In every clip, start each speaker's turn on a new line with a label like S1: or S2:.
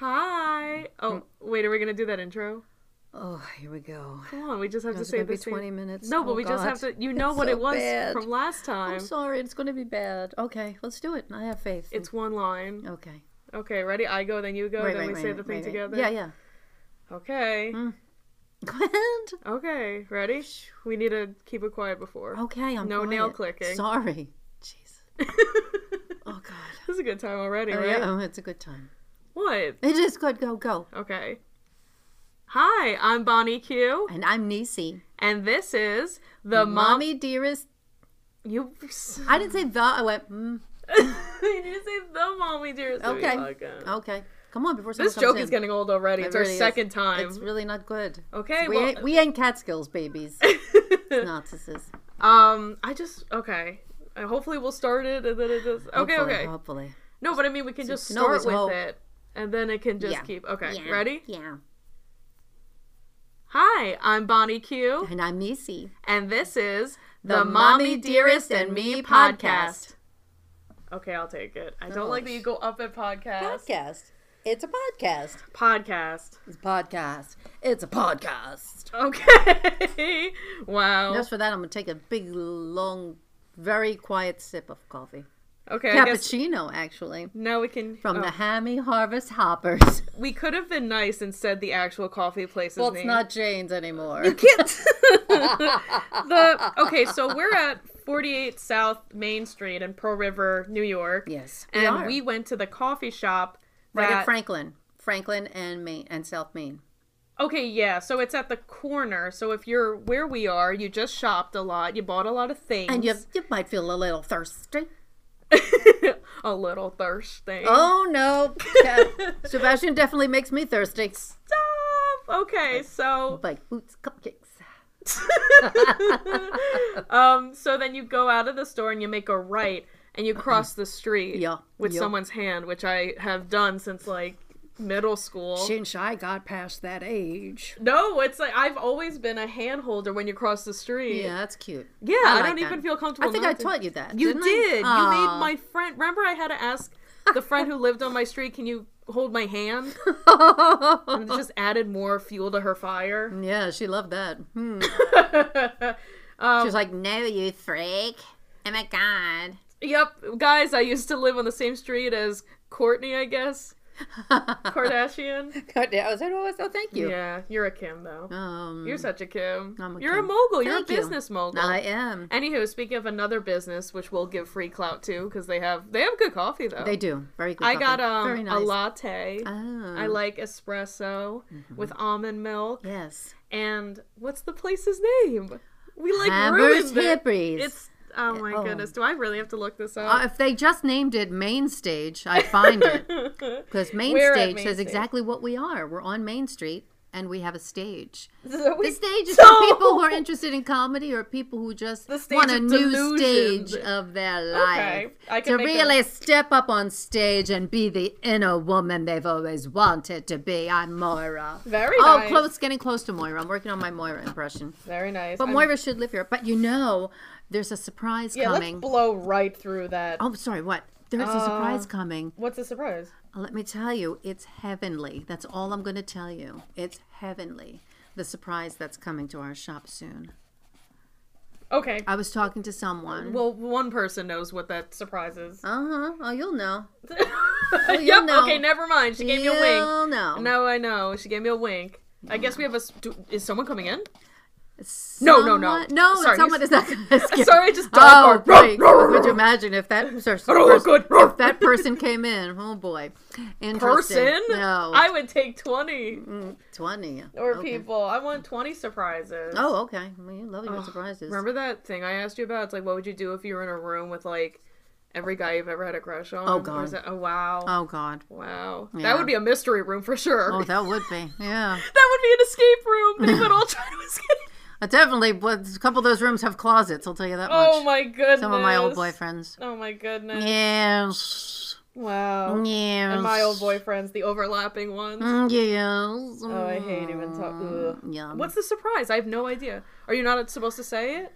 S1: Mm.
S2: Oh, wait, are we gonna do that intro?
S1: Oh, here we go.
S2: Come on, we just have
S1: No,
S2: to
S1: it's
S2: say
S1: gonna
S2: the
S1: be
S2: same.
S1: 20 minutes.
S2: No, but
S1: Oh,
S2: we just have
S1: God.
S2: to. You know
S1: It's
S2: what
S1: so
S2: it was
S1: bad.
S2: from last time.
S1: I'm sorry, it's going to be bad. Okay, let's do it. I have faith.
S2: It's one line.
S1: okay.
S2: Okay, ready? I go, then you go,
S1: Right,
S2: then
S1: right,
S2: we
S1: right,
S2: say
S1: right,
S2: the thing
S1: right, right.
S2: together.
S1: Yeah, Mm. yeah.
S2: Okay.
S1: Gwen.
S2: Okay. Ready? We need to keep it quiet before.
S1: Okay, I'm
S2: No
S1: quiet.
S2: nail clicking.
S1: Sorry. Jeez.
S2: this
S1: Oh God.
S2: is a good time already,
S1: Oh,
S2: right?
S1: yeah, oh, it's a good time.
S2: What?
S1: It is good. Go go.
S2: Okay. Hi, I'm Bonnie Q,
S1: And I'm Nisi.
S2: and this is the Mom.
S1: mommy dearest.
S2: You.
S1: I didn't say the. I went. Mm,
S2: you didn't say the mommy dearest. baby
S1: Okay.
S2: podcast.
S1: okay. Come on before someone
S2: This
S1: comes
S2: joke
S1: in.
S2: is getting old already.
S1: It
S2: It's our
S1: really is.
S2: second time.
S1: It's really not good.
S2: okay,
S1: we
S2: well,
S1: ain't we ain't Catskills babies. Narcissists.
S2: um, I just okay. Uh, Hopefully, we'll start it and then it just okay,
S1: Hopefully,
S2: okay.
S1: Hopefully.
S2: No, but I mean, we can just
S1: you can
S2: start
S1: always
S2: with
S1: hope.
S2: it, and then it can just
S1: Yeah.
S2: keep. Okay,
S1: Yeah.
S2: ready?
S1: Yeah.
S2: Hi, I'm Bonnie Q,
S1: And I'm Nisi.
S2: and this is
S1: The Mommy Dearest and Me podcast.
S2: Okay, I'll take it. I don't
S1: Oh,
S2: like that you
S1: sh-
S2: go up at podcast.
S1: Podcast. It's a podcast.
S2: Podcast.
S1: It's a podcast. It's a podcast.
S2: Okay. wow.
S1: Just for that, I'm gonna take a big, long, very quiet sip of coffee.
S2: okay. I guess
S1: Cappuccino, actually,
S2: now we can
S1: from
S2: oh.
S1: the Hammy Harvest Hoppers.
S2: We could have been nice and said the actual coffee place's
S1: well, it's
S2: name.
S1: not Jane's anymore.
S2: the Ah, okay, so we're at 48 South Main Street in Pearl River, New York.
S1: yes, we
S2: and
S1: are.
S2: we went to the coffee shop.
S1: right
S2: that-
S1: at Franklin, Franklin and Maine and South Maine.
S2: Okay, yeah. So it's at the corner. So if you're where we are, you just shopped a lot. You bought a lot of things.
S1: And you, you might feel a little thirsty.
S2: a little thirsty.
S1: Oh no, Sebastian definitely makes me thirsty.
S2: Stop. Okay, so
S1: Like boots, cupcakes.
S2: um, so then you go out of the store and you make a right and you cross the street
S1: Mm-hmm. Yeah,
S2: with
S1: yeah.
S2: someone's hand, which I have done since like middle school.
S1: Since I got past that age.
S2: no, it's like I've always been a hand holder when you cross the street.
S1: Yeah, that's cute.
S2: Yeah,
S1: I
S2: I,
S1: like
S2: don't
S1: that.
S2: even feel comfortable.
S1: I think I
S2: not to-
S1: taught you that.
S2: You
S1: didn't I?
S2: did. You made
S1: Aw.
S2: my friend. Remember, I had to ask the friend who lived on my street, "Can you hold my hand?" And it just added more fuel to her fire.
S1: yeah, she loved that. Hmm. she was like, "No, you freak! Oh my god!"
S2: Yep, guys, I used to live on the same street as Courtney, I guess. Kardashian.
S1: God, I was like, "Oh, so thank you."
S2: Yeah, you're a Kim though.
S1: Um,
S2: You're such a Kim.
S1: I'm a
S2: you're
S1: Kim.
S2: a mogul. You're
S1: Thank
S2: a
S1: you.
S2: business mogul.
S1: I am.
S2: Anywho, speaking of another business, which we'll give free clout to because they have they have good coffee though.
S1: They do very good.
S2: I
S1: coffee.
S2: got um,
S1: very
S2: a
S1: nice.
S2: latte.
S1: Ah,
S2: I like espresso
S1: Mm-hmm.
S2: with almond milk.
S1: yes.
S2: And what's the place's name? We like
S1: Hammers
S2: ruined it.
S1: hippies.
S2: It's oh my
S1: Oh.
S2: goodness. Do I really have to look this
S1: Uh,
S2: up?
S1: if they just named it Main Stage, I'd find it because Main
S2: We're at
S1: Stage
S2: Main
S1: says
S2: Stage.
S1: exactly what we are. We're on Main Street and we have a stage.
S2: So we-
S1: The stage is
S2: No!
S1: for people who are interested in comedy or people who just
S2: The stage
S1: want a
S2: of
S1: new
S2: delusions.
S1: stage of their life.
S2: I can
S1: to
S2: make a-
S1: really step up on stage and be the inner woman they've always wanted to be. I'm Moira.
S2: Very
S1: oh,
S2: nice.
S1: close, getting close to Moira. I'm working on my Moira impression.
S2: Very nice.
S1: But
S2: I'm-
S1: Moira should live here. But you know, there's a surprise
S2: yeah,
S1: coming.
S2: let's Uh, blow right through that.
S1: oh, sorry, what? There's a surprise coming.
S2: What's the surprise?
S1: Let me tell you, it's heavenly. That's all I'm going to tell you. It's heavenly. The surprise that's coming to our shop soon.
S2: Okay.
S1: I was talking to someone.
S2: well, one person knows what that surprise is.
S1: Uh huh. Oh, you'll know. Oh, you'll
S2: yep.
S1: know.
S2: Okay. Never mind. She gave me
S1: you'll
S2: a wink.
S1: know.
S2: Now I know. She gave me a wink. I guess we have a. s- Do, is someone coming in? No, no, no.
S1: Someone- No,
S2: Sorry,
S1: someone
S2: you-
S1: is not going to escape.
S2: Sorry, just
S1: Oh,
S2: dog bark.
S1: great. Could you imagine if that person,
S2: good.
S1: if that person came in? Oh boy, interesting.
S2: person?
S1: No,
S2: I would take 20
S1: twenty
S2: or
S1: Okay.
S2: people. I want 20 surprises.
S1: Oh, okay. Well, you love your surprises.
S2: Remember that thing I asked you about? It's like, what would you do if you were in a room with like every guy you've ever had a crush on?
S1: Oh,
S2: Or
S1: God.
S2: is that- oh, wow.
S1: Oh God.
S2: Wow.
S1: Yeah.
S2: That would be a mystery room for sure.
S1: Oh, that would be. Yeah,
S2: that would be an escape room. They would all try to escape.
S1: I definitely. was- A couple of those rooms have closets. I'll tell you that
S2: Oh,
S1: much.
S2: my goodness.
S1: Some of my old boyfriends.
S2: Oh, my goodness.
S1: Yes. Oh,
S2: Wow.
S1: Yes.
S2: And my old boyfriends, the overlapping ones.
S1: Mm, Yes. Mm.
S2: Oh, I hate even talking.
S1: Yeah.
S2: What's the surprise? I have no idea. Are you not supposed to say it?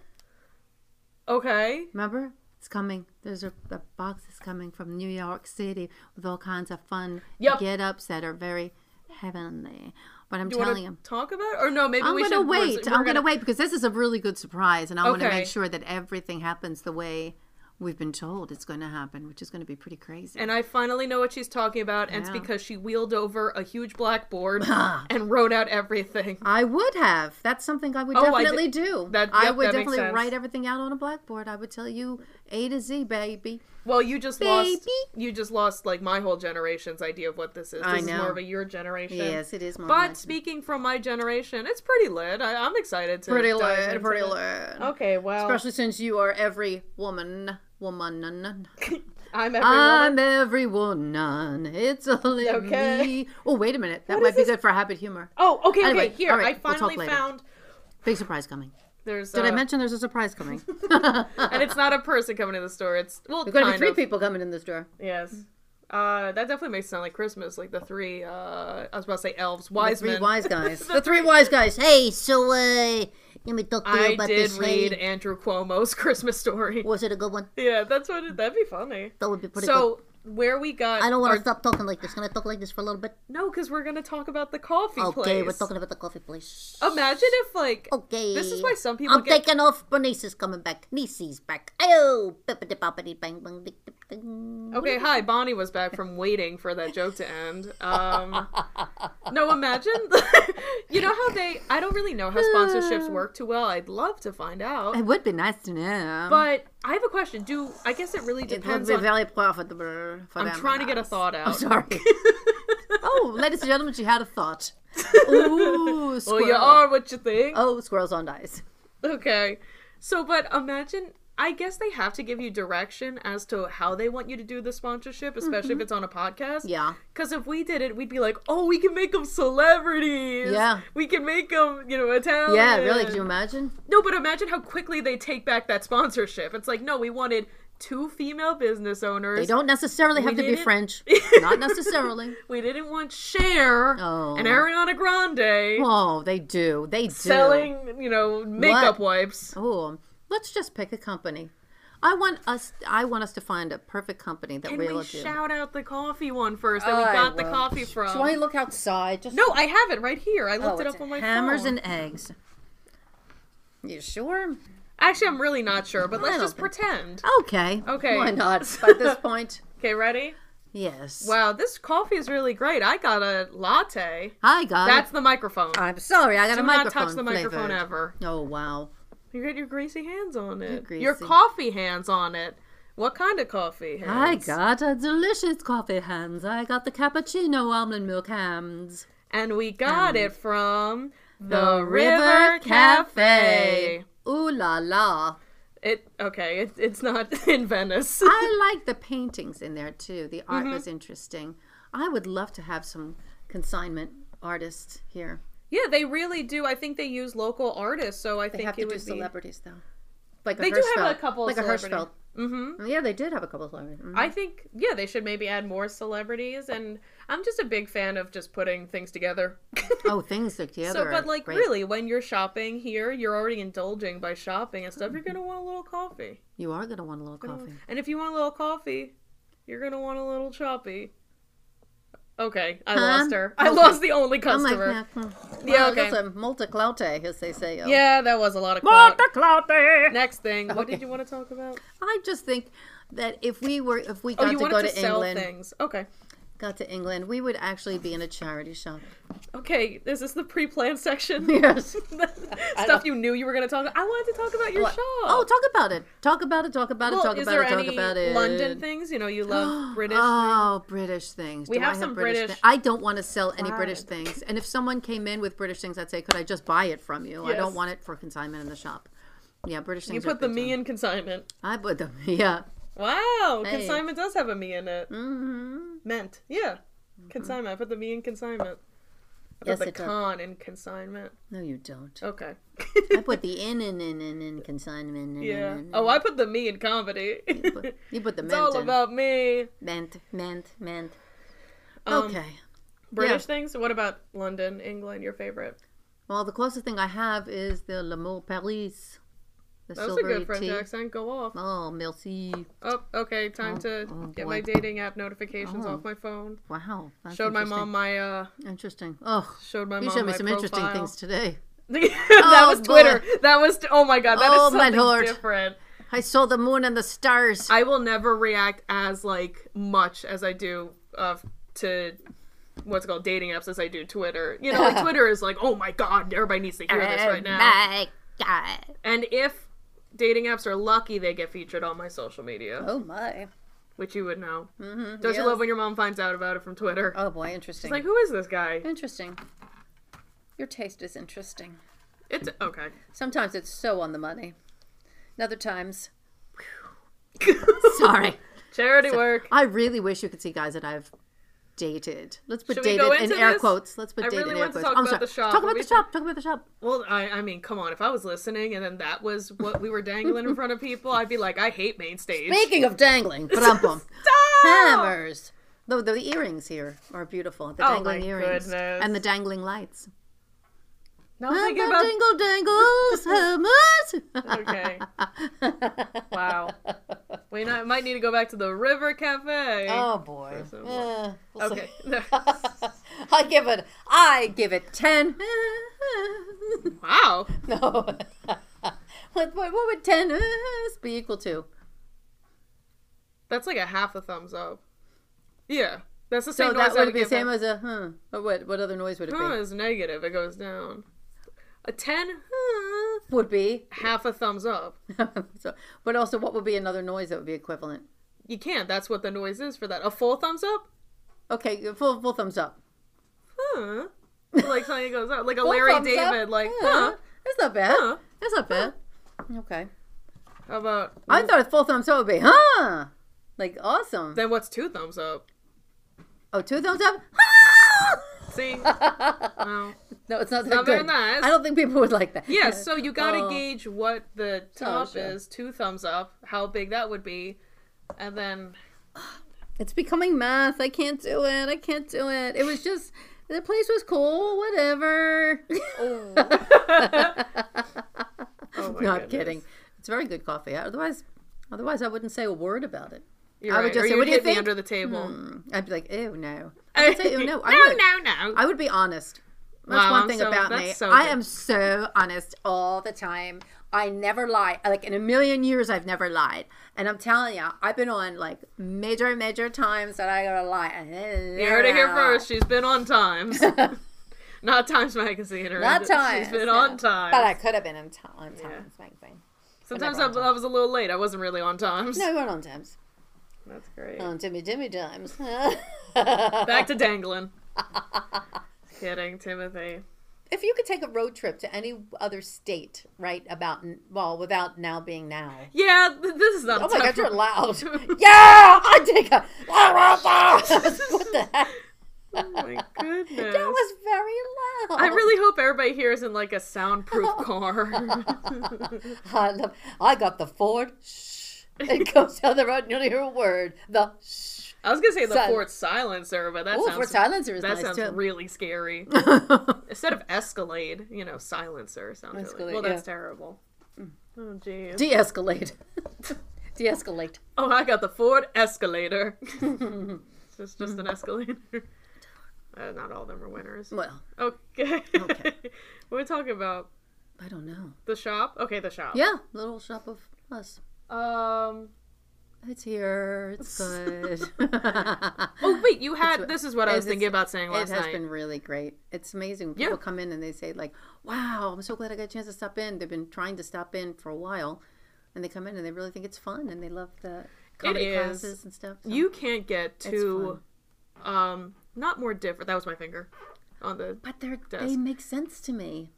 S2: Okay.
S1: Remember? It's coming. There's a, a box is coming from New York City with all kinds of fun
S2: Yep.
S1: get ups that are very heavenly. But I'm
S2: You want
S1: telling
S2: to
S1: him.
S2: talk about, it? or no? Maybe
S1: I'm
S2: we
S1: gonna
S2: should. we're-
S1: wait.
S2: we're
S1: I'm gonna wait because this is a really good surprise, and I want to
S2: Okay.
S1: make sure that everything happens the way we've been told it's going to happen, which is going to be pretty crazy.
S2: And I finally know what she's talking about, and it's
S1: Yeah. Ah.
S2: because she wheeled over a huge blackboard and wrote out everything.
S1: I would have. That's something I would
S2: Oh, I
S1: definitely do.
S2: that-
S1: I
S2: yep,
S1: would
S2: that makes
S1: definitely
S2: sense.
S1: write everything out on a blackboard. I would tell you A to Z, baby.
S2: Well, you just lost.
S1: Baby.
S2: You just lost like my whole generation's idea of what this is. This
S1: I
S2: is
S1: know.
S2: more of a your generation.
S1: Yes, it is more.
S2: But speaking from my generation, it's pretty lit. I, I'm excited to.
S1: pretty
S2: dive
S1: lid,
S2: into
S1: pretty
S2: it.
S1: lid.
S2: Okay, well,
S1: Especially since you are every woman, woman.
S2: I'm everyone.
S1: I'm every woman. It's only
S2: Okay.
S1: me. Oh, wait a minute. That
S2: What
S1: might
S2: is
S1: be
S2: this?
S1: good for habit humor.
S2: oh, okay,
S1: Anyway,
S2: okay. Here,
S1: all right,
S2: I
S1: we'll talk
S2: finally
S1: later.
S2: found.
S1: Big surprise coming.
S2: There's.
S1: Did
S2: uh,
S1: I mention there's a surprise coming?
S2: And it's not a person coming to the store. It's well,
S1: There's going to
S2: kind
S1: be three
S2: of.
S1: people coming in this door.
S2: Yes. Uh, that definitely makes it sound like Christmas, like the three. Uh, I was about to say elves,
S1: The
S2: wise
S1: three
S2: men.
S1: wise guys. the three wise guys. Hey, so uh, let me talk to you
S2: I
S1: about
S2: did
S1: this.
S2: read
S1: Hey,
S2: Andrew Cuomo's Christmas story.
S1: was it a good one?
S2: Yeah, that's what it, that'd be funny.
S1: That would be pretty good.
S2: So where we got?
S1: I don't want
S2: our-
S1: to stop talking like this. Can I talk like this for a little bit?
S2: No, because we're gonna talk about the coffee
S1: Okay,
S2: place.
S1: we're talking about the coffee place.
S2: Imagine if like
S1: Okay.
S2: This is why some people
S1: I'm
S2: get-
S1: taking off. Bernice is coming back. Niecy's back. Oh, bippity boppity bang bang. dick, dick, ding.
S2: Okay, hi. Bonnie was back from waiting for that joke to end. Um, no, imagine. you know how they. I don't really know how sponsorships work too well. I'd love to find out.
S1: It would be nice to know.
S2: But I have a question. Do I guess it really
S1: it would
S2: depends
S1: be
S2: on.
S1: very profitable for
S2: I'm trying to get a thought
S1: I'm
S2: out.
S1: sorry. oh, ladies and gentlemen, she had a thought. Ooh,
S2: Well,
S1: squirrel.
S2: Oh, you are what you think.
S1: Oh, squirrels on dice.
S2: Okay. So, but imagine. I guess they have to give you direction as to how they want you to do the sponsorship, especially
S1: Mm-hmm.
S2: if it's on a podcast.
S1: Yeah.
S2: Because if we did it, we'd be like, oh, we can make them celebrities.
S1: Yeah.
S2: We can make them, you know, Italian.
S1: Yeah, really. Could you imagine?
S2: No, but imagine how quickly they take back that sponsorship. It's like, no, we wanted two female business owners.
S1: They don't necessarily have to be
S2: didn't-
S1: French. Not necessarily.
S2: We didn't want Cher
S1: Oh.
S2: and Ariana Grande
S1: Oh, they do. They do.
S2: selling, you know, makeup wipes.
S1: Oh, let's just pick a company. I want us. I want us to find a perfect company that
S2: Can
S1: we
S2: we
S1: look at.
S2: shout out the coffee one first that we
S1: I
S2: got the
S1: will.
S2: coffee from?
S1: Should I look outside? Just
S2: Um, no, I have it right here. I
S1: Oh,
S2: looked it
S1: it's
S2: up on my
S1: hammers
S2: phone.
S1: and eggs. You sure?
S2: Actually, I'm really not sure, but let's
S1: don't
S2: just
S1: think-
S2: pretend.
S1: Okay.
S2: Okay.
S1: Why not? By this point,
S2: Okay, ready?
S1: yes.
S2: Wow, this coffee is really great. I got a latte.
S1: I got.
S2: That's
S1: it.
S2: the microphone.
S1: I'm sorry. I got
S2: Do
S1: Uh, a
S2: not
S1: microphone.
S2: touch the microphone
S1: flavored.
S2: ever.
S1: Oh wow.
S2: You got your greasy hands on it.
S1: greasy.
S2: Your coffee hands on it. What kind of coffee hands?
S1: I got a delicious coffee hands. I got the cappuccino almond milk hands.
S2: And we got it from the,
S1: um, The
S2: River
S1: River
S2: Cafe.
S1: Cafe. Ooh la la.
S2: It okay. It, it's not in Venice.
S1: I like the paintings in there too. The art
S2: Mm-hmm.
S1: was interesting. I would love to have some consignment artists here.
S2: yeah, they really do. I think they use local artists, so I
S1: They
S2: think
S1: have
S2: it
S1: to do
S2: would be.
S1: celebrities though. Like a
S2: They do have a
S1: Hirschfeld-
S2: couple
S1: like a
S2: celebrity-
S1: Hirschfeld. Oh,
S2: Mm-hmm.
S1: Yeah, they did have a couple of celebrities. Mhm.
S2: I think yeah, they should maybe add more celebrities, and I'm just a big fan of just putting things together.
S1: oh, things together.
S2: So, but
S1: are
S2: like,
S1: great.
S2: really, when you're shopping here, you're already indulging by shopping and stuff. You're gonna want a little coffee,
S1: you are gonna want a little Mm-hmm. coffee.
S2: and if you want a little coffee, you're gonna want a little choppy. Okay, I lost her. I
S1: Okay.
S2: lost the only
S1: I'm like,
S2: customer.
S1: yeah, hmm.
S2: Yeah,
S1: Well,
S2: okay.
S1: that's a multiclaute, as they say. oh.
S2: yeah, that was a lot of clout.
S1: Multiclaute.
S2: Next thing, what
S1: Okay.
S2: did you want to talk about?
S1: I just think that if we were, if we
S2: Oh,
S1: got
S2: you
S1: to
S2: wanted
S1: go
S2: to,
S1: to,
S2: sell
S1: England,
S2: things. Okay,
S1: got to England, we would actually be in a charity shop.
S2: okay. Is this the pre-planned section?
S1: Yes.
S2: Stuff you knew you were gonna talk. about. I wanted to talk about your
S1: What?
S2: shop.
S1: Oh, talk about it. Talk about it. Talk about
S2: well,
S1: it. Talk
S2: is
S1: about
S2: there
S1: it. Talk
S2: any
S1: about it.
S2: London things? You know, you love British.
S1: Oh, British things.
S2: We
S1: Do
S2: have
S1: I
S2: some
S1: British.
S2: British-
S1: thi- I don't want to sell any British
S2: Right.
S1: things. And if someone came in with British things, I'd say, "Could I just buy it from you? I
S2: Yes.
S1: don't want it for consignment in the shop." Yeah, British
S2: you
S1: things.
S2: put the me in consignment.
S1: I put them. Yeah.
S2: Wow,
S1: Hey.
S2: consignment does have a me in it.
S1: Mm-hmm.
S2: Meant, yeah. Consignment. I put the me in consignment. I put
S1: Yes,
S2: the
S1: it does.
S2: con in consignment.
S1: No, you don't.
S2: Okay.
S1: I put the in in in in, in consignment. In,
S2: yeah.
S1: In, in,
S2: Oh, I put the me in comedy. it's
S1: You put the mint
S2: all
S1: in.
S2: about me.
S1: mint, mint, mint.
S2: Um,
S1: okay.
S2: British things. What about London, England? Your favorite?
S1: Well, the closest thing I have is the L'Amour Paris. The
S2: That was a
S1: silvery
S2: good French
S1: tea.
S2: accent. Go off.
S1: Oh, Milsy.
S2: Oh, okay. Time to
S1: oh,
S2: get
S1: boy.
S2: my dating app notifications
S1: Oh.
S2: off my phone.
S1: Wow. That's
S2: Showed my
S1: interesting.
S2: mom my uh.
S1: Interesting. Oh,
S2: Showed my
S1: you
S2: mom
S1: showed me
S2: my
S1: some interesting
S2: profile.
S1: things today.
S2: that
S1: Oh,
S2: was Twitter.
S1: boy.
S2: That was oh my god. That is
S1: Oh, my
S2: something
S1: lord.
S2: different.
S1: I saw the moon and the stars.
S2: I will never react as like much as I do of to what's it called dating apps as I do Twitter. You know, like Twitter is like, oh my god, everybody needs to hear this
S1: Uh,
S2: right now.
S1: My God.
S2: And if dating apps are lucky, they get featured on my social media,
S1: Oh my.
S2: which you would know. Mm-hmm, Don't you love when your mom finds out about it from Twitter?
S1: Oh boy, interesting.
S2: It's like, who is this guy?
S1: interesting. Your taste is interesting.
S2: It's okay.
S1: Sometimes it's so on the money. And other times, sorry.
S2: Charity work.
S1: I really wish you could see guys that I've dated. Let's put
S2: Should we
S1: dated
S2: go
S1: in
S2: into
S1: air
S2: this?
S1: quotes. Let's put
S2: I
S1: dated
S2: really
S1: in air
S2: want to
S1: quotes.
S2: talk
S1: I'm
S2: about
S1: sorry.
S2: the shop.
S1: Talk
S2: What
S1: about
S2: do
S1: the
S2: you
S1: shop. Talk about the shop.
S2: Well, I, I mean, come on. If I was listening and then that was what we were dangling in front of people, I'd be like, I hate main stage.
S1: Speaking of dangling, brum
S2: Stop!
S1: hammers. Though the earrings here are beautiful. The
S2: Oh,
S1: dangling
S2: my
S1: earrings
S2: goodness.
S1: and the dangling lights.
S2: Now I'm thinking
S1: Hammer,
S2: about
S1: dingle dangles hammers.
S2: Okay. wow. We not, might need to go back to the River Cafe.
S1: Oh boy.
S2: First of
S1: Uh, we'll see.
S2: okay.
S1: I give it. I give it ten.
S2: wow.
S1: no. what, what, what would ten be equal to?
S2: That's like a half a thumbs up. Yeah. That's the same
S1: So
S2: noise
S1: that
S2: I
S1: would be
S2: give
S1: the same
S2: a-
S1: as a huh. Or what? What other noise would it
S2: Huh
S1: be?
S2: is negative. It goes down. A 10, huh,
S1: Would be.
S2: half a thumbs up.
S1: so, but also, what would be another noise that would be equivalent?
S2: You can't. That's what the noise is for that. A full thumbs up?
S1: Okay, full full thumbs up.
S2: Huh. Like something that goes up. Like a
S1: Full
S2: Larry
S1: thumbs
S2: David.
S1: up.
S2: Like,
S1: Yeah,
S2: huh.
S1: That's not bad.
S2: Huh.
S1: That's not bad. Okay.
S2: How about.
S1: I thought a full thumbs up would be, huh? Like awesome.
S2: Then what's two thumbs up?
S1: Oh, two thumbs up.
S2: See? No.
S1: no, it's not that
S2: not
S1: good.
S2: very nice.
S1: I don't think people would like that.
S2: Yeah, so you gotta
S1: Oh.
S2: gauge what the top
S1: sure.
S2: is, two thumbs up, how big that would be, and then
S1: It's becoming math. I can't do it. I can't do it. It was just the place was cool. Whatever.
S2: oh, Oh my
S1: no, I'm
S2: goodness.
S1: kidding. It's very good coffee. Otherwise, otherwise I wouldn't say a word about it.
S2: You're
S1: I would
S2: right.
S1: just
S2: or
S1: say,
S2: you
S1: "What
S2: would
S1: do you
S2: hit me
S1: think?"
S2: under the table.
S1: I'd be like, ew, no. I would say, ew, no. I would.
S2: no, no,
S1: I would be honest. That's
S2: Wow,
S1: one
S2: I'm
S1: thing
S2: so-
S1: about
S2: that's
S1: me.
S2: so
S1: I
S2: good.
S1: am so honest all the time. I never lie. Like in a million years, I've never lied. And I'm telling you, I've been on like major, major times that I gotta lie.
S2: You heard it here first. She's been on times, not Times Magazine or
S1: Not times.
S2: She's been
S1: no.
S2: on time.
S1: But I could have been on, time. on times. my thing.
S2: Sometimes I,
S1: never on
S2: I was a little late. I wasn't really on times.
S1: No, Uh, you weren't on times.
S2: That's great.
S1: On Timmy Timmy times.
S2: Back
S1: Oh.
S2: to dangling. kidding, Timothy.
S1: if you could take a road trip to any other state, right? About n- well, without now being now.
S2: Yeah, th- this is not. a
S1: Oh my
S2: tough
S1: god, you're
S2: one.
S1: loud. yeah, I take a. what the heck?
S2: Oh my goodness.
S1: That was very loud.
S2: I really hope everybody here is in like a soundproof car.
S1: I, love, I got the Ford. Shh. It goes down the road, and you don't hear a word. The shh.
S2: I was gonna say the
S1: Sil-
S2: Ford Silencer, but that
S1: Oh,
S2: sounds
S1: Ford Silencer is
S2: that
S1: nice
S2: sounds
S1: too.
S2: really scary. Instead of Escalade, you know, Silencer sounds really
S1: Escalade,
S2: well. That's
S1: yeah. Mm.
S2: terrible. Oh jeez.
S1: De-escalate. De-escalate.
S2: oh, I got the Ford Escalator. it's just, just an escalator. Uh, not all of them are winners.
S1: Well,
S2: Okay. okay. We're talking about
S1: I don't know.
S2: the shop. Okay, the shop.
S1: Yeah, little shop of us.
S2: Um.
S1: It's here. It's good.
S2: Oh wait, you had. This is what I
S1: it
S2: was
S1: is-
S2: thinking about saying
S1: It
S2: last
S1: has
S2: night.
S1: been really great. It's amazing. when
S2: Yeah.
S1: People come in and they say like, "Wow, I'm so glad I got a chance to stop in." They've been trying to stop in for a while, and they come in and they really think it's fun and they love the comedy
S2: is.
S1: classes and stuff. so-
S2: You can't get too,
S1: fun.
S2: um, not more different. That was my finger, on the.
S1: but they
S2: Does.
S1: they make sense to me.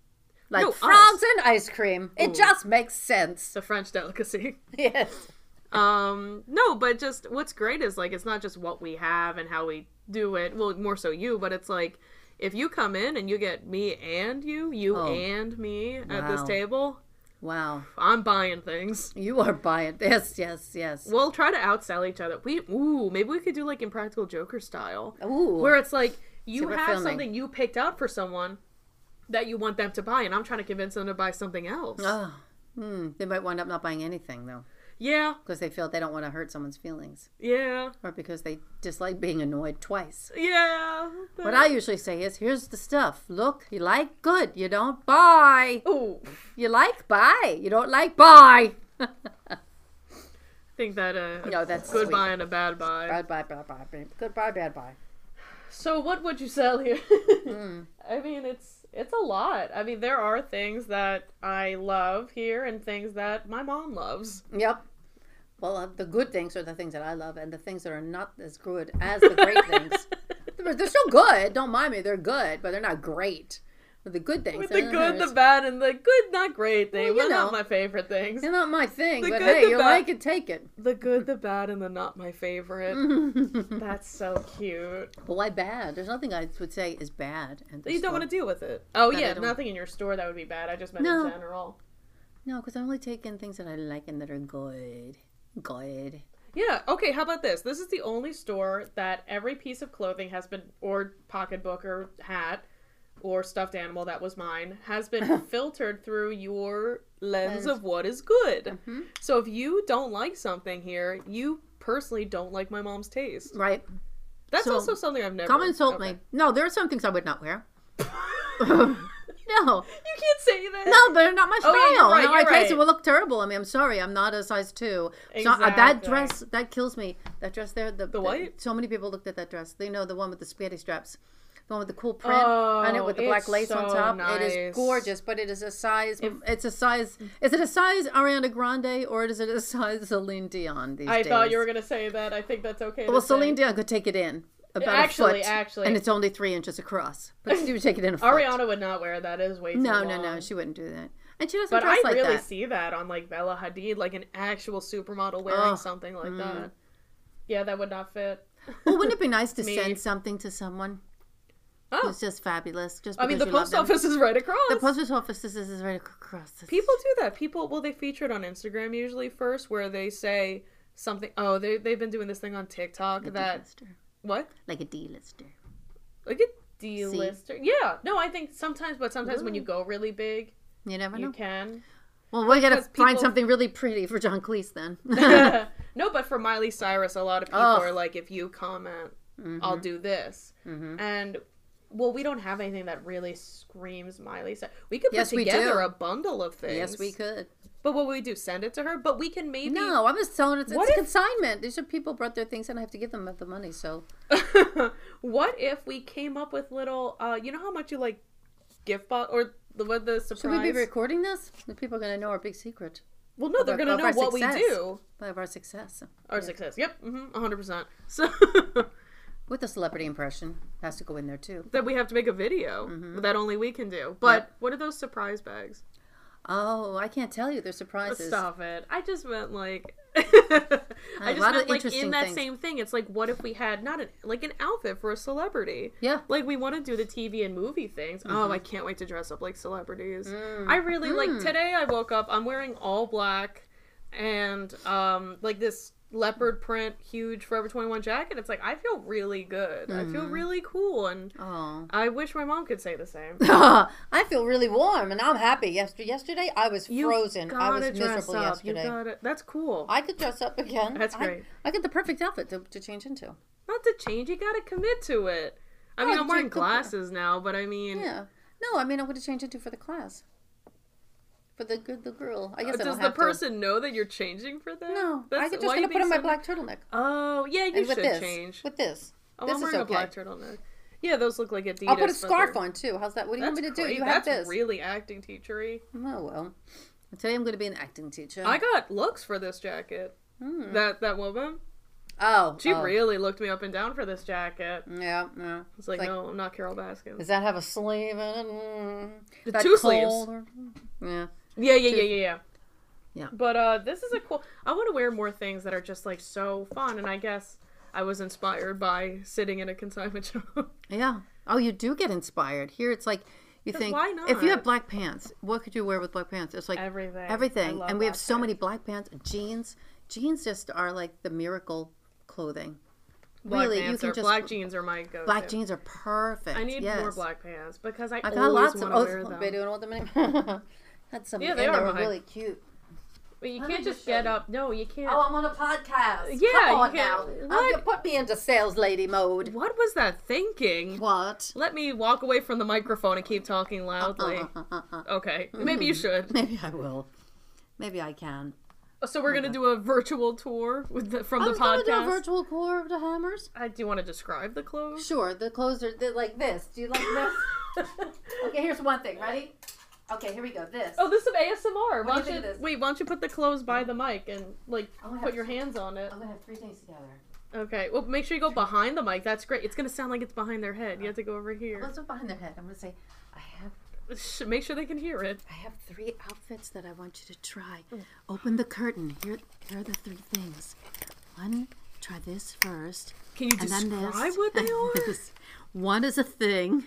S1: Like
S2: No, us.
S1: frogs and ice cream. It just makes sense.
S2: It's a French delicacy.
S1: Yes.
S2: Um, no, but just what's great is like it's not just what we have and how we do it. Well, more so you, but it's like if you come in and you get me and you, you
S1: Oh.
S2: and me at this
S1: Wow.
S2: table,
S1: Wow.
S2: I'm buying things.
S1: You are buying. Yes. Yes. Yes.
S2: We'll try to outsell each other. We ooh, maybe we could do like impractical joker style.
S1: Ooh.
S2: where it's like you
S1: So we're
S2: have
S1: filming.
S2: something you picked out for someone that you want them to buy and i'm trying to convince them to buy something else
S1: Oh, Hmm. They might wind up not buying anything though,
S2: Yeah,
S1: because they feel they don't want to hurt someone's feelings,
S2: yeah,
S1: or because they dislike being annoyed twice.
S2: yeah.
S1: What I usually say is, "Here's the stuff. Look, you like, good. You don't, buy.
S2: oh,
S1: You like, buy. You don't like, buy."
S2: think that uh,
S1: No, that's
S2: good
S1: sweet.
S2: buy and a bad buy.
S1: Bad buy, bad buy, bad- good buy, bad buy.
S2: So what would you sell here?
S1: Hmm.
S2: I mean, it's it's a lot. I mean, there are things that I love here and things that my mom loves.
S1: Yep. Well, uh, the good things are the things that I love, and the things that are not as good as the great things. They're they're still good. Don't mind me. They're good, but they're not great. But the good things. uh,
S2: With the good, the bad, and the good not great thing.
S1: Well,
S2: Well,
S1: you
S2: not
S1: know.
S2: my favorite things.
S1: They're not my thing,
S2: the
S1: but
S2: good,
S1: hey,
S2: the
S1: you
S2: bad.
S1: like it, take it.
S2: The good, the bad, and the not my
S1: Mm-hmm.
S2: favorite. That's so cute.
S1: But why bad? There's nothing I would say is bad. And
S2: You don't want to deal with it. Oh
S1: That I
S2: yeah,
S1: don't-
S2: nothing in your store that would be bad. I just meant
S1: No.
S2: in general.
S1: No, because I only take in things that I like and that are good. Good.
S2: Yeah. Okay. How about this? This is the only store that every piece of clothing has been, or pocketbook, or hat, or stuffed animal that was mine has been filtered through your lens of what is good. So if you don't like something here, you personally don't like my mom's taste.
S1: Right.
S2: That's
S1: Mm, So,
S2: also something I've never.
S1: Come insult
S2: okay.
S1: me. No, there are some things I would not wear.
S2: you
S1: No.
S2: can't say that.
S1: No, but they're not my style.
S2: Oh, yeah, you're right,
S1: no, I
S2: you're
S1: taste it
S2: right.
S1: will look terrible. I mean, I'm sorry, I'm not a size two. So uh, that
S2: Exactly.
S1: dress that kills me. That dress there, the, the
S2: white?
S1: So many people looked at that dress. They know the one with the spaghetti straps, the one with the cool print on it
S2: Oh,
S1: with the black
S2: it's
S1: lace on
S2: so
S1: top. It is
S2: nice.
S1: gorgeous, but it is a size. it's a size. Is it a size Ariana Grande or is it a size Celine Dion these
S2: I
S1: days?
S2: thought you were gonna say that. I think that's okay.
S1: Well,
S2: to
S1: Celine
S2: say.
S1: Dion could take it in about
S2: Actually,
S1: a foot,
S2: actually.
S1: and it's only three inches across. But she would take it in a foot.
S2: Ariana would not wear that. It is way too
S1: No,
S2: long.
S1: no, no, she wouldn't do that. And she doesn't
S2: But
S1: dress
S2: I
S1: like
S2: really
S1: that.
S2: see that on like Bella Hadid, like an actual supermodel wearing
S1: Ugh, Mm.
S2: something like that. Yeah, that would not fit.
S1: Well, wouldn't it be nice to
S2: Me.
S1: send something to someone
S2: Oh.
S1: who's just fabulous? Just
S2: I mean, the
S1: because you
S2: post
S1: love them?
S2: office is right across.
S1: The post office is, is right across. This.
S2: People do that. People, well, they feature it on Instagram usually first, where they say something. Oh, they they've been doing this thing on TikTok that
S1: D-lister.
S2: what
S1: like a D-lister.
S2: like a D lister. Yeah, no, I think sometimes, but sometimes when you go really big,
S1: You never
S2: you
S1: know.
S2: can.
S1: Well, we're gonna
S2: because
S1: find
S2: people-
S1: something really pretty for John Cleese then.
S2: no, but for Miley Cyrus, a lot of people
S1: Ugh. Mm-hmm.
S2: are like, if you comment, I'll do this. And well, we don't have anything that really screams Miley Cyrus. We could put
S1: Yes, we
S2: together
S1: do.
S2: a bundle of things.
S1: yes, we could.
S2: But what would we do? Send it to her? But we can maybe.
S1: No, I'm just telling it. It's
S2: What
S1: a
S2: if-
S1: consignment. These are people brought their things, and I have to give them the money. So
S2: what if we came up with little? uh You know how much you like gift box or the what the
S1: should
S2: surprise?
S1: we be recording this? The people are gonna know our big secret
S2: well, no, they're
S1: Of our-
S2: gonna
S1: of
S2: know
S1: our
S2: what
S1: success.
S2: we do.
S1: of our success
S2: Our success. Yep, one hundred percent. So
S1: with the celebrity impression has to go in there too.
S2: that we have to make a video
S1: Mm-hmm.
S2: that only we can do. But what are those surprise bags?
S1: Oh, I can't tell you. They're surprises.
S2: Stop it. I just meant like I just
S1: lot
S2: meant
S1: of
S2: like
S1: interesting
S2: in that
S1: things.
S2: same thing. It's like what if we had not an, like an outfit for a celebrity?
S1: Yeah. Mm-hmm.
S2: Like we want to do the TV and movie things. Oh, I can't wait to dress up like celebrities.
S1: Mm.
S2: I really like today I woke up I'm wearing all black and um like this leopard print huge Forever 21 jacket. It's like I feel really good. I feel
S1: Mm.
S2: really cool and
S1: Oh.
S2: I wish my mom could say the same.
S1: I feel really warm and I'm happy. Yesterday, yesterday I was
S2: You
S1: frozen. I was
S2: gotta dress
S1: miserable
S2: up. You
S1: yesterday.
S2: gotta- that's cool.
S1: I could dress up again.
S2: That's
S1: I-
S2: great.
S1: I, get the perfect outfit to, to change into.
S2: not to change. You gotta commit to it. I mean,
S1: Oh,
S2: I'm wearing
S1: Jacob.
S2: glasses now, but I mean,
S1: Yeah. No, I mean I'm going to change into for the class. For the good the girl. I guess I
S2: does
S1: don't
S2: the
S1: have
S2: person know that you're changing for that?
S1: To. No, I
S2: That's-
S1: could
S2: why
S1: just
S2: you
S1: going to put
S2: being
S1: on my
S2: so-
S1: black turtleneck
S2: Oh yeah, you
S1: and with
S2: should
S1: this,
S2: change.
S1: with this.
S2: Oh,
S1: this
S2: I'm
S1: is
S2: wearing
S1: okay.
S2: a black turtleneck. Yeah, those look like Adidas.
S1: I'll put a
S2: but
S1: scarf
S2: they're-
S1: on too. How's that? What do you
S2: That's
S1: want me to do?
S2: great.
S1: You have
S2: That's
S1: this.
S2: really acting teachery.
S1: oh well. Today I'm going to be an acting teacher.
S2: I got looks for this jacket. That that woman,
S1: oh,
S2: she
S1: Hmm. oh.
S2: really looked me up and down for this jacket.
S1: Yeah, yeah.
S2: It's like,
S1: Like-
S2: no, I'm not Carol Baskin.
S1: Does that have a sleeve in it? Mm.
S2: The
S1: That
S2: two
S1: cold or- Yeah.
S2: Yeah, yeah, yeah, yeah, yeah.
S1: Yeah.
S2: But uh this is a cool I want to wear more things that are just like so fun and I guess I was inspired by sitting in a consignment shop.
S1: Yeah. Oh, you do get inspired. Here it's like you think
S2: why
S1: if you have
S2: not?
S1: black pants, what could you wear with black pants? It's like
S2: Everything. I
S1: Everything.
S2: love
S1: And we have
S2: black
S1: so many black pants, jeans. Jeans just are like the miracle clothing.
S2: Black
S1: really, you
S2: pants
S1: can
S2: or
S1: just
S2: black jeans are my go-to.
S1: black jeans are perfect.
S2: I need
S1: yes.
S2: more black pants because I,
S1: I got
S2: always
S1: lots of
S2: want to wear
S1: oh,
S2: them.
S1: video and all the minute. Had some.
S2: Yeah,
S1: Yeah,
S2: they
S1: they
S2: are
S1: were
S2: mine.
S1: really cute.
S2: But you
S1: Why
S2: can't
S1: don't you
S2: just
S1: show
S2: get
S1: me?
S2: up. No, you can't.
S1: Oh, I'm on a podcast.
S2: Yeah,
S1: Come on
S2: you can't-
S1: now.
S2: what?
S1: Um, you put me into sales lady mode.
S2: What was that thinking?
S1: What? Uh,
S2: Let me walk away from the microphone and keep talking loudly.
S1: Uh-uh.
S2: Okay,
S1: Mm-hmm.
S2: maybe you should.
S1: Maybe I will. Maybe I can.
S2: So we're gonna do a virtual tour with the, from
S1: I
S2: the
S1: was gonna do a
S2: podcast.
S1: virtual tour of the hammers.
S2: I do want to describe the clothes.
S1: Sure, the clothes are they're like this. Do you like this? okay, here's one thing. Ready? Okay, here we go. This.
S2: Oh, this is ASMR. Why don't
S1: What do you
S2: you,
S1: think of this?
S2: wait? Why don't you put the clothes by the mic and like
S1: I'm gonna
S2: put
S1: have Um,
S2: your
S1: to-
S2: hands on it?
S1: I'm gonna Oh, have three things together.
S2: Okay. Well, make sure you go behind the mic. That's great. It's gonna sound like it's behind their head. You have to go over here.
S1: Let's go behind their head. I'm gonna say, I have
S2: Sh- Make sure they can hear it.
S1: I have three outfits that I want you to try. Open the curtain. Here, here are the three things. One, try this first,
S2: Can you
S1: and
S2: describe
S1: then this.
S2: what they
S1: and
S2: are?
S1: this. One is a thing.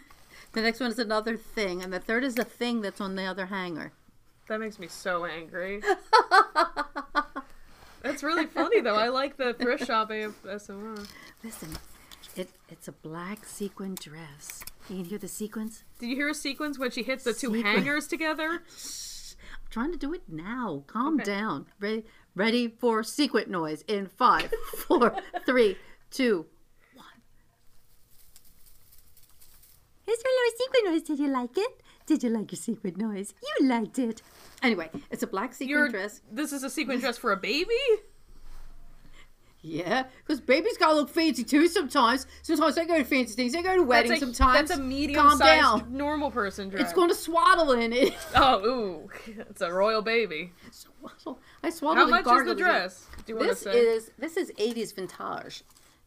S1: The next one is another thing, and the third is a thing that's on the other hanger.
S2: that makes me so angry. That's really funny though. I like the thrift shop ASMR.
S1: Listen, it, it's a black sequin dress. You can hear the sequins.
S2: Did you hear a sequence when she hits the two
S1: Sequin.
S2: hangers together?
S1: I'm trying to do it now. Calm
S2: Okay.
S1: down. Ready, ready for sequin noise in five, four, three, two, one. Is there a little sequin noise? Did you like it? Did you like your sequin noise? You liked it. Anyway, it's a black sequin
S2: Your
S1: dress.
S2: This is a sequin dress for a baby?
S1: Yeah, because babies gotta look fancy too sometimes. Sometimes they go to fancy things. They go to
S2: That's
S1: weddings
S2: a,
S1: sometimes.
S2: That's a medium
S1: Calm
S2: sized
S1: down.
S2: normal person dress.
S1: It's going to swaddle in it.
S2: Oh, ooh. It's a royal baby.
S1: swaddle. I swaddled
S2: How
S1: and
S2: much is
S1: gargled
S2: the
S1: it.
S2: dress? Do you want to
S1: Oh, this
S2: say?
S1: is this is 80s vintage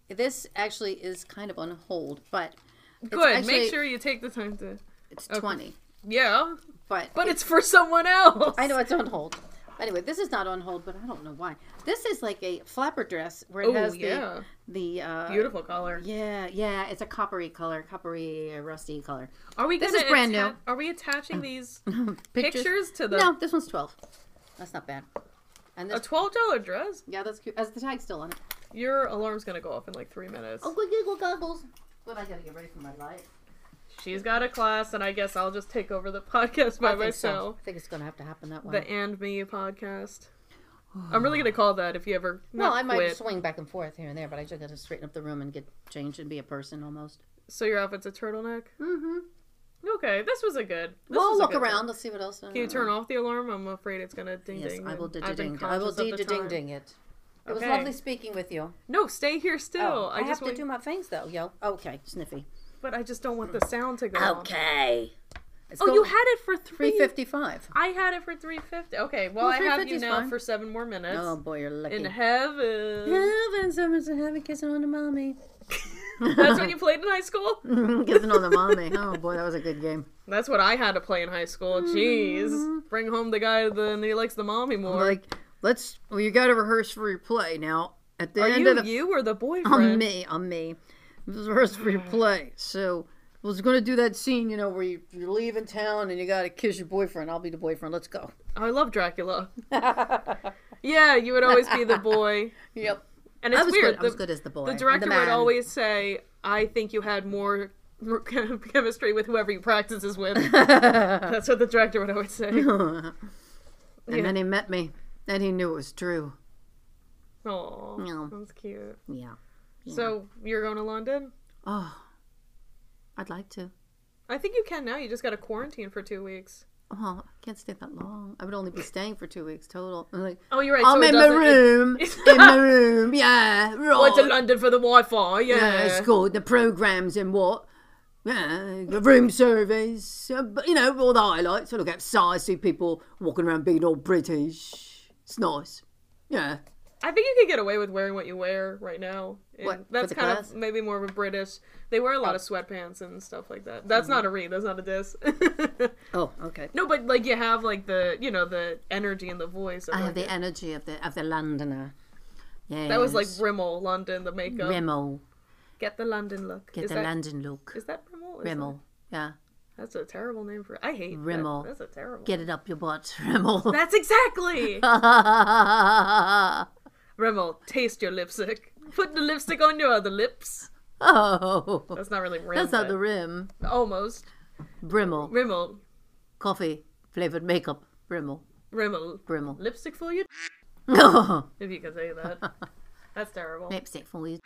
S1: this actually is kind of on hold but it's
S2: Good.
S1: actually-
S2: Make sure you take the time to.
S1: it's 20
S2: Yeah,
S1: but,
S2: but it's for someone else.
S1: i know it's on hold anyway this is not on hold but i don't know why this is like a flapper dress where it
S2: Oh,
S1: has
S2: yeah.
S1: the the uh
S2: Beautiful color.
S1: yeah yeah it's a coppery color coppery uh, rusty color
S2: Are we?
S1: This
S2: gonna
S1: is brand
S2: atta-
S1: new. Mm.
S2: Are we attaching these pictures to the
S1: no this one's 12 that's not bad and
S2: a
S1: this
S2: twelve dollar dress?
S1: yeah that's cute as the tag's still on it
S2: Your alarm's gonna go off in like three minutes.
S1: oh good giggle goggles but i gotta get ready for my light
S2: She's got a class, and I guess I'll just take over the podcast by
S1: I think so.
S2: myself.
S1: I think it's gonna have to happen that way.
S2: The and me podcast. I'm really gonna call that if you ever.
S1: Well,
S2: not
S1: I might
S2: quit.
S1: swing back and forth here and there, but I just got to straighten up the room and get changed and be a person almost.
S2: So your outfit's a turtleneck.
S1: Mm-hmm.
S2: Okay, this was a good. This
S1: Well,
S2: was a
S1: I'll look
S2: good one.
S1: around. Let's see what else.
S2: Can you turn off the alarm? I'm afraid it's gonna ding
S1: Yes,
S2: ding.
S1: I will
S2: and
S1: ding
S2: I've been
S1: ding. I will
S2: conscious of
S1: ding
S2: the
S1: ding
S2: time.
S1: ding it. It was
S2: Okay.
S1: lovely speaking with you.
S2: No, stay here still.
S1: Oh,
S2: I,
S1: I, have
S2: just
S1: to
S2: want,
S1: do my things though, yo. Okay, sniffy.
S2: but I just don't want the sound to go. off.
S1: Mm. Oh, Okay. It's
S2: Oh, you had it for three
S1: three fifty five.
S2: I had it for three fifty. Okay, well,
S1: Well,
S2: I have you
S1: 350 is
S2: now
S1: fine.
S2: for seven more minutes.
S1: Oh boy, you're lucky.
S2: In heaven.
S1: Heaven, someone's in heaven kissing on the mommy.
S2: That's what you played in high school.
S1: Mm-hmm. kissing on the mommy. Oh boy, that was a good game.
S2: That's what I had to play in high school. Jeez, bring home the guy then he likes the mommy more.
S1: Mm-hmm. Like, let's. Well, you got to rehearse for your play now. At the
S2: Are
S1: end
S2: you
S1: of the Oh,
S2: you or the boyfriend?
S1: on me, on me. This is the first free play. So I was going to do that scene, you know, where you, you're leaving town and you got to kiss your boyfriend. I'll be the boyfriend. Let's go.
S2: I love Dracula. yeah, you would always be the boy,
S1: Yep.
S2: and it's
S1: I was
S2: weird.
S1: good. I was
S2: the-
S1: good as the boy.
S2: The director
S1: the
S2: would
S1: man.
S2: always say, "I think you had more chemistry with whoever you practices with." That's what the director would always say.
S1: and then he met me, and he knew it was true.
S2: Oh,
S1: Yeah.
S2: that's cute.
S1: Yeah.
S2: So you're going to London?
S1: Oh, I'd like to.
S2: I think you can now. You just got to quarantine for two weeks.
S1: Well, Oh, I can't stay that long. I would only be staying for two weeks total. I'm like,
S2: Oh, you're right.
S1: I'm
S2: so it
S1: in my
S2: doesn't- it-
S1: room. in my room. Yeah. Right.
S2: Went to London for the Wi-Fi. Yeah.
S1: yeah, it's called the programs and what. Yeah, the room service, uh, but you know, all the highlights. I look outside, see people walking around being all British. It's nice. Yeah.
S2: I think you could get away with wearing what you wear right now. And
S1: What, for
S2: That's
S1: the
S2: kind
S1: class?
S2: of maybe more of a British. They wear a lot of sweatpants and stuff like that.
S1: Mm-hmm.
S2: That's not a read. That's not a diss.
S1: Oh, okay.
S2: no, but like you have like the you know the energy and the voice. Of,
S1: I
S2: like,
S1: have Oh, the energy of the of the Londoner. Yeah.
S2: That was like Rimmel London, the makeup.
S1: Rimmel.
S2: Get the London look.
S1: Get
S2: is
S1: the
S2: that,
S1: London look.
S2: Is that Rimmel? Is
S1: Rimmel. Yeah.
S2: that- that's a terrible name for. I hate that.
S1: Rimmel.
S2: That's a terrible.
S1: Get it up your butt, Rimmel.
S2: That's exactly Rimmel. Taste your lipstick. Put the lipstick on your other lips.
S1: oh,
S2: That's not really Rimmel.
S1: that's not the rim.
S2: almost
S1: Brimmel.
S2: Rimmel.
S1: Coffee flavored makeup. Rimmel.
S2: Rimmel.
S1: Rimmel.
S2: Lipstick for you? If you can say that. That's terrible.
S1: Lipstick foliage.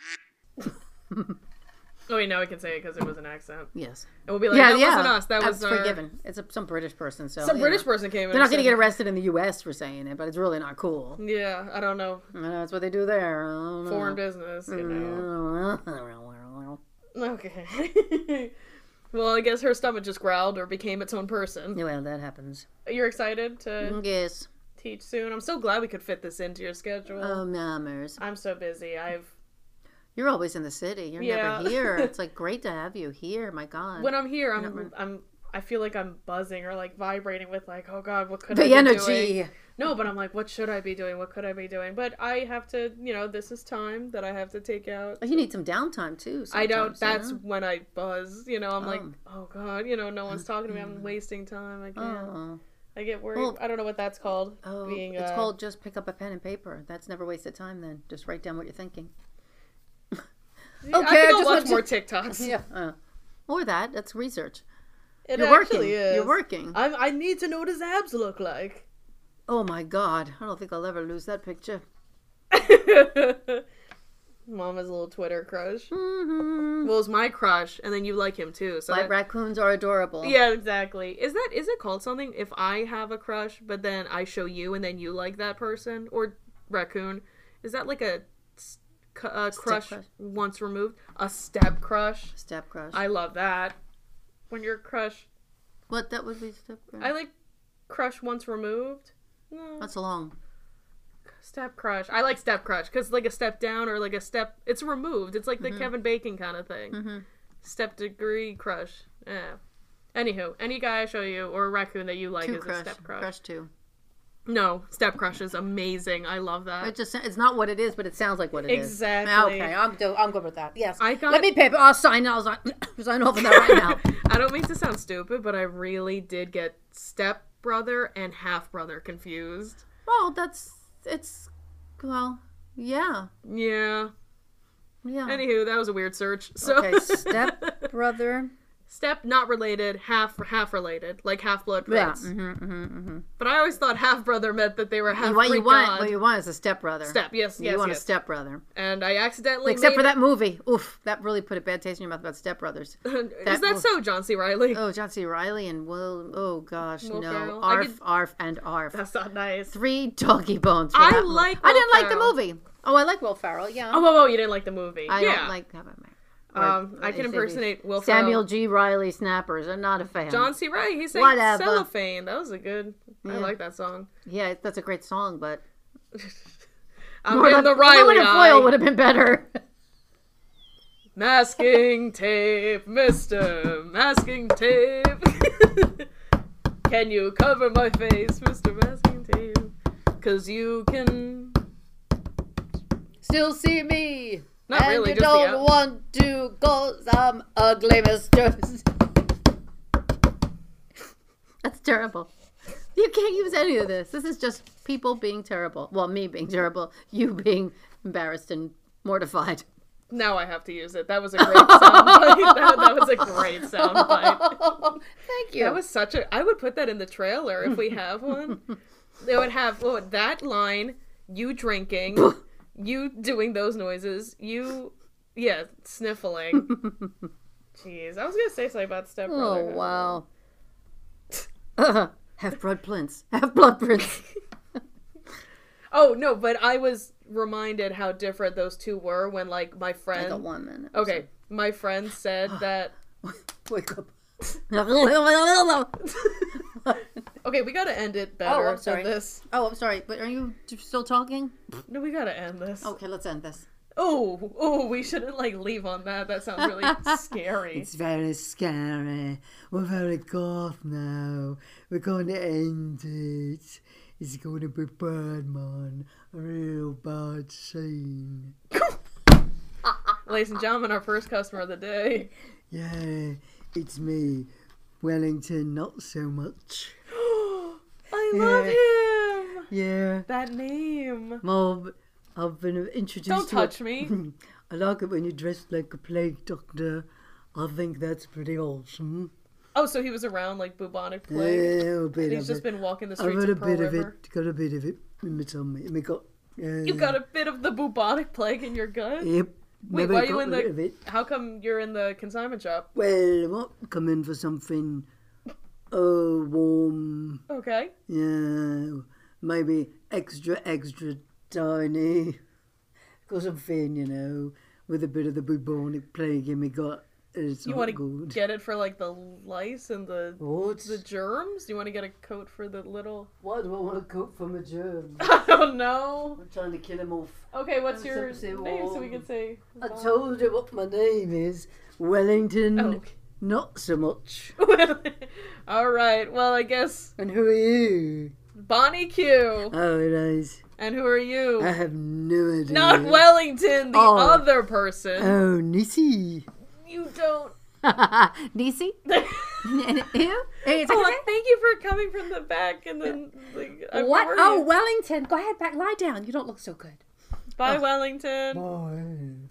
S2: Oh, wait, now I can say it because it was an accent.
S1: Yes.
S2: And we'll be like, that wasn't us. That was our...
S1: forgiven. It's a, some British person, so
S2: Some
S1: you
S2: British
S1: know.
S2: person came in.
S1: They're not going to
S2: and
S1: get arrested in the U.S. for saying it, but it's really not cool.
S2: said- Yeah, I don't know.
S1: I know, that's what they do there. I don't know.
S2: Foreign business, you know.
S1: Mm.
S2: Okay. well, I guess her stomach just growled or became its own person.
S1: Well, that happens.
S2: You're excited
S1: Mm-hmm.
S2: to
S1: Yes.
S2: teach soon? I'm so glad we could fit this into your schedule.
S1: Oh, numbers.
S2: I'm so busy. I've
S1: You're always in the city. You're
S2: Yeah.
S1: never here. It's like great to have you here. My God.
S2: when I'm here, I'm I'm I feel like I'm buzzing or like vibrating with like, oh God, what could I
S1: the
S2: be
S1: energy.
S2: doing? No, but I'm like, what should I be doing? What could I be doing? But I have to, you know, this is time that I have to take out.
S1: You need some downtime too.
S2: I don't.
S1: sometimes,
S2: That's
S1: you know?
S2: when I buzz. You know, I'm like,
S1: Oh. Mm.
S2: oh God, you know, no one's talking to me. I'm wasting time. I can't.
S1: Oh,
S2: I get worried.
S1: Well-
S2: I don't know what that's called.
S1: oh
S2: being,
S1: it's
S2: uh,
S1: called just pick up a pen and paper. That's never wasted time. Then just write down what you're thinking.
S2: Yeah,
S1: Okay,
S2: I think
S1: I
S2: I'll
S1: just
S2: watch
S1: want
S2: more TikToks.
S1: Yeah. Uh, or that. That's research.
S2: It
S1: You're working.
S2: actually is.
S1: You're working.
S2: I'm, I need to know what his abs look like.
S1: Oh my God! I don't think I'll ever lose that picture.
S2: Mama's little Twitter crush.
S1: hmm
S2: Well, it's my crush, and then you like him too. So
S1: White
S2: that-
S1: raccoons are adorable.
S2: yeah, exactly. Is that is it called something? If I have a crush, but then I show you, and then you like that person or raccoon, is that like a, s- cu- a crush,
S1: crush.
S2: once removed? A step crush.
S1: Step crush.
S2: I love that. When your crush,
S1: what that would be step crush.
S2: I like crush once removed. No.
S1: That's long.
S2: Step crush. I like step crush because like a step down or like a step. It's removed. It's like
S1: Mm-hmm.
S2: the Kevin Bacon kind of thing. Step degree crush. Yeah. Anywho, any guy I show you or a raccoon that you like
S1: Two
S2: is
S1: crush.
S2: a step crush.
S1: Crush two.
S2: No, step crush is amazing. I love that.
S1: It just it's not what it is, but it sounds like what it is.
S2: Uh, Exactly.
S1: Okay, I'm do- I'm good with that. Yes.
S2: I got-
S1: Let me paper. I'll sign. I'll sign, sign off on that right now.
S2: I don't mean to sound stupid, but I really did get step brother and half brother confused.
S1: well, that's it's. Well, yeah,
S2: Yeah.
S1: yeah.
S2: Anywho, that was a weird search. So
S1: okay, step brother.
S2: step not related, half half related, like half blood
S1: Yeah.
S2: prince.
S1: Mm-hmm, mm-hmm.
S2: But I always thought half brother meant that they were half.
S1: What you
S2: Greek
S1: want?
S2: Oh god.
S1: What you want is a step brother.
S2: Step, yes,
S1: you
S2: yes,
S1: want
S2: yes.
S1: a step brother.
S2: and I accidentally
S1: Except
S2: made
S1: for that movie. Oof, that really put a bad taste in your mouth about Step Brothers.
S2: Is that
S1: will-
S2: so, John C. Riley?
S1: Oh, John C. Riley and Will. Oh gosh,
S2: Will
S1: no.
S2: Ferrell. I
S1: Arf,
S2: could-
S1: arf, and arf.
S2: That's not nice.
S1: Three doggy bones. For
S2: I
S1: that movie.
S2: like
S1: I
S2: Will
S1: didn't like
S2: Ferrell.
S1: the movie. Oh, I like Will Ferrell. Yeah.
S2: Oh, whoa, whoa! You didn't like the movie.
S1: I
S2: yeah.
S1: don't like. How about my- or-
S2: Um, I can
S1: if it be-
S2: impersonate Will Ferrell.
S1: Samuel G. Riley snappers. I'm not a fan.
S2: John C. Riley. He sang
S1: Whatever.
S2: "Cellophane." That was a good. I
S1: Yeah.
S2: like that song.
S1: Yeah, that's a great song, but
S2: I'm
S1: Lord
S2: in
S1: of-
S2: the Riley
S1: Lord of Foyle
S2: eye.
S1: would have been better.
S2: Masking tape, Mister. Masking tape. can you cover my face, Mister. Masking tape? Cause you can.
S1: Still see me.
S2: Not
S1: and
S2: really,
S1: you
S2: just the
S1: don't
S2: out-
S1: want to cause I'm ugly, Mister. That's terrible. You can't use any of this. This is just people being terrible. Well, me being terrible, you being embarrassed and mortified.
S2: Now I have to use it. That was a great soundbite. that, that was a great soundbite.
S1: Thank you.
S2: That was such a. I would put that in the trailer if we have one. They would have oh, that line, you drinking, you doing those noises, you, yeah, sniffling. Jeez, I was gonna say something about Step
S1: oh
S2: Brother.
S1: wow. Uh, half blood prince. Half blood prince.
S2: Oh no, but I was reminded how different those two were when like my
S1: I
S2: friend.
S1: got one minute.
S2: okay, my friend said that.
S1: Wake up. oh,
S2: Okay, we gotta end it better
S1: I'm sorry.
S2: than this.
S1: Oh, I'm sorry, but are you still talking?
S2: No, we gotta end this.
S1: Okay, let's end this.
S2: Oh, oh, we shouldn't like leave on that. That sounds really scary.
S3: It's very scary. We're very goth now. We're going to end it. It's going to be bad, man. A real bad scene.
S2: Ladies and gentlemen, our first customer of the day.
S3: Yeah, it's me, Wellington. Not so much.
S2: I love him.
S3: Yeah,
S2: That name.
S3: Mom, I've been introduced.
S2: Don't
S3: to a-
S2: touch me.
S3: I like it when you dress like a plague doctor. I think that's pretty awesome.
S2: Oh, so he was around like bubonic
S3: A
S2: plague.
S3: little bit
S2: and he's
S3: of
S2: just
S3: it.
S2: been walking the
S3: I
S2: streets
S3: got a
S2: of Pearl
S3: bit of
S2: River.
S3: it. Got a bit of it in my tummy. And we got. Uh,
S2: You got a bit of the bubonic plague in your gut.
S3: Yep.
S2: Wait,
S3: Maybe I
S2: why are you
S3: got
S2: in
S3: rid of
S2: the?
S3: it.
S2: How come you're in the consignment shop?
S3: Well, I might come in for something. Oh, warm.
S2: Okay.
S3: Yeah, maybe extra, extra tiny. Got some fin, you know, with a bit of the bubonic plague in me gut. It's
S2: You
S3: not
S2: want to
S3: good.
S2: get it for like the lice and the
S3: what?
S2: the germs? Do you want to get a coat for the little?
S3: Why do I want to cook from a germ?
S2: I don't know.
S3: I'm trying to kill him off.
S2: Okay, what's
S3: I'm
S2: your
S3: so- so
S2: name so we
S3: warm.
S2: can say?
S3: I told you what my name is. Wellington,
S2: Oh.
S3: not so much.
S2: All right. Well, I guess
S3: And who are you?
S2: Bonnie Q.
S3: Oh, nice.
S2: And who are you?
S3: I
S1: Uh,
S3: have no idea.
S2: Not Wellington, the
S3: Oh.
S2: other
S1: Uh.
S2: person.
S3: Oh, Nisi.
S2: You don't.
S1: DC?
S2: oh,
S1: Ew. Hey, it's okay.
S2: thank you for coming from the back and then. Like, Oh, I'm
S1: What?
S2: worried.
S1: Oh, Wellington. Go ahead, back. Lie down. You don't look so good.
S2: Bye, Wellington.
S3: Boy.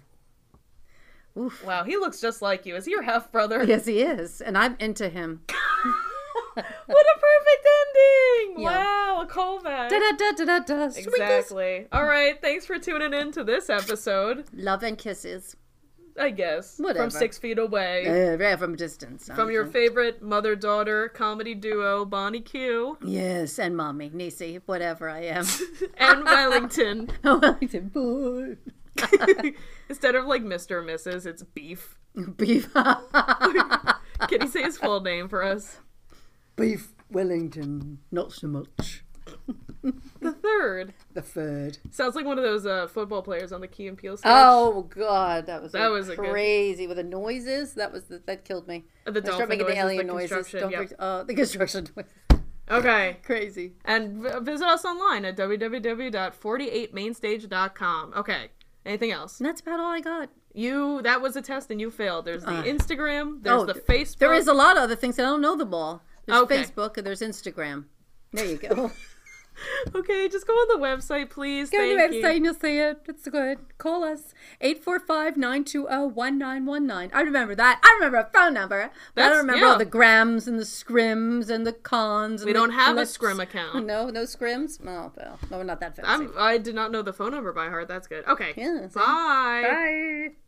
S1: Oof.
S2: Wow, he looks just like you. Is he your half brother?
S1: Yes, he is. And I'm into him.
S2: What a perfect ending!
S1: Yeah.
S2: Wow, a callback.
S1: Da da da da da da. Exactly.
S2: Exactly. All right, thanks for tuning in to this episode.
S1: Love and kisses.
S2: I guess
S1: Whatever.
S2: from six feet away,
S1: Uh, yeah, from a distance.
S2: from your
S1: honestly.
S2: favorite mother-daughter comedy duo Bonnie Q
S1: Yes, and mommy, Nisi, whatever I am.
S2: and Wellington.
S1: Wellington, boy.
S2: Instead of like Mr. and Mrs., it's Beef.
S1: Beef.
S2: Can you say his full name for us?
S3: Beef Wellington, not so much.
S2: The third
S3: The third.
S2: sounds like one of those uh, football players on the Key and Peele stage.
S1: Oh God, that was
S2: That was a good-
S1: crazy with the noises. That was the, that killed me.
S2: the
S1: I start
S2: dolphin
S1: making
S2: noises,
S1: the alien
S2: the
S1: noises.
S2: construction.
S1: Don't
S2: yeah.
S1: forget, uh, the construction noises.
S2: Okay.
S1: Crazy.
S2: And v- visit us online at www.48mainstage.com. Okay. Anything else?
S1: And that's about all I got.
S2: You that was a test and you failed. There's the Instagram, there's
S1: Uh. oh,
S2: the
S1: th-
S2: Facebook.
S1: There is a lot of other things that I don't know them all. There's
S2: Okay.
S1: Facebook and there's Instagram. There you go.
S2: Okay, just go on the website, please.
S1: go to the
S2: Thank you.
S1: website and you'll see it. It's good. Call us 845-920-1919. I remember that. I remember a phone number. But I
S2: That's-
S1: don't remember all
S2: yeah.
S1: the grams and the scrims and the cons. And
S2: We
S1: the
S2: don't have a
S1: clips.
S2: scrim account.
S1: No, no scrims. Oh, well, no, we're not that fancy.
S2: I'm I did not know the phone number by heart. That's good. Okay.
S1: Yeah, see?
S2: Bye.
S1: Bye.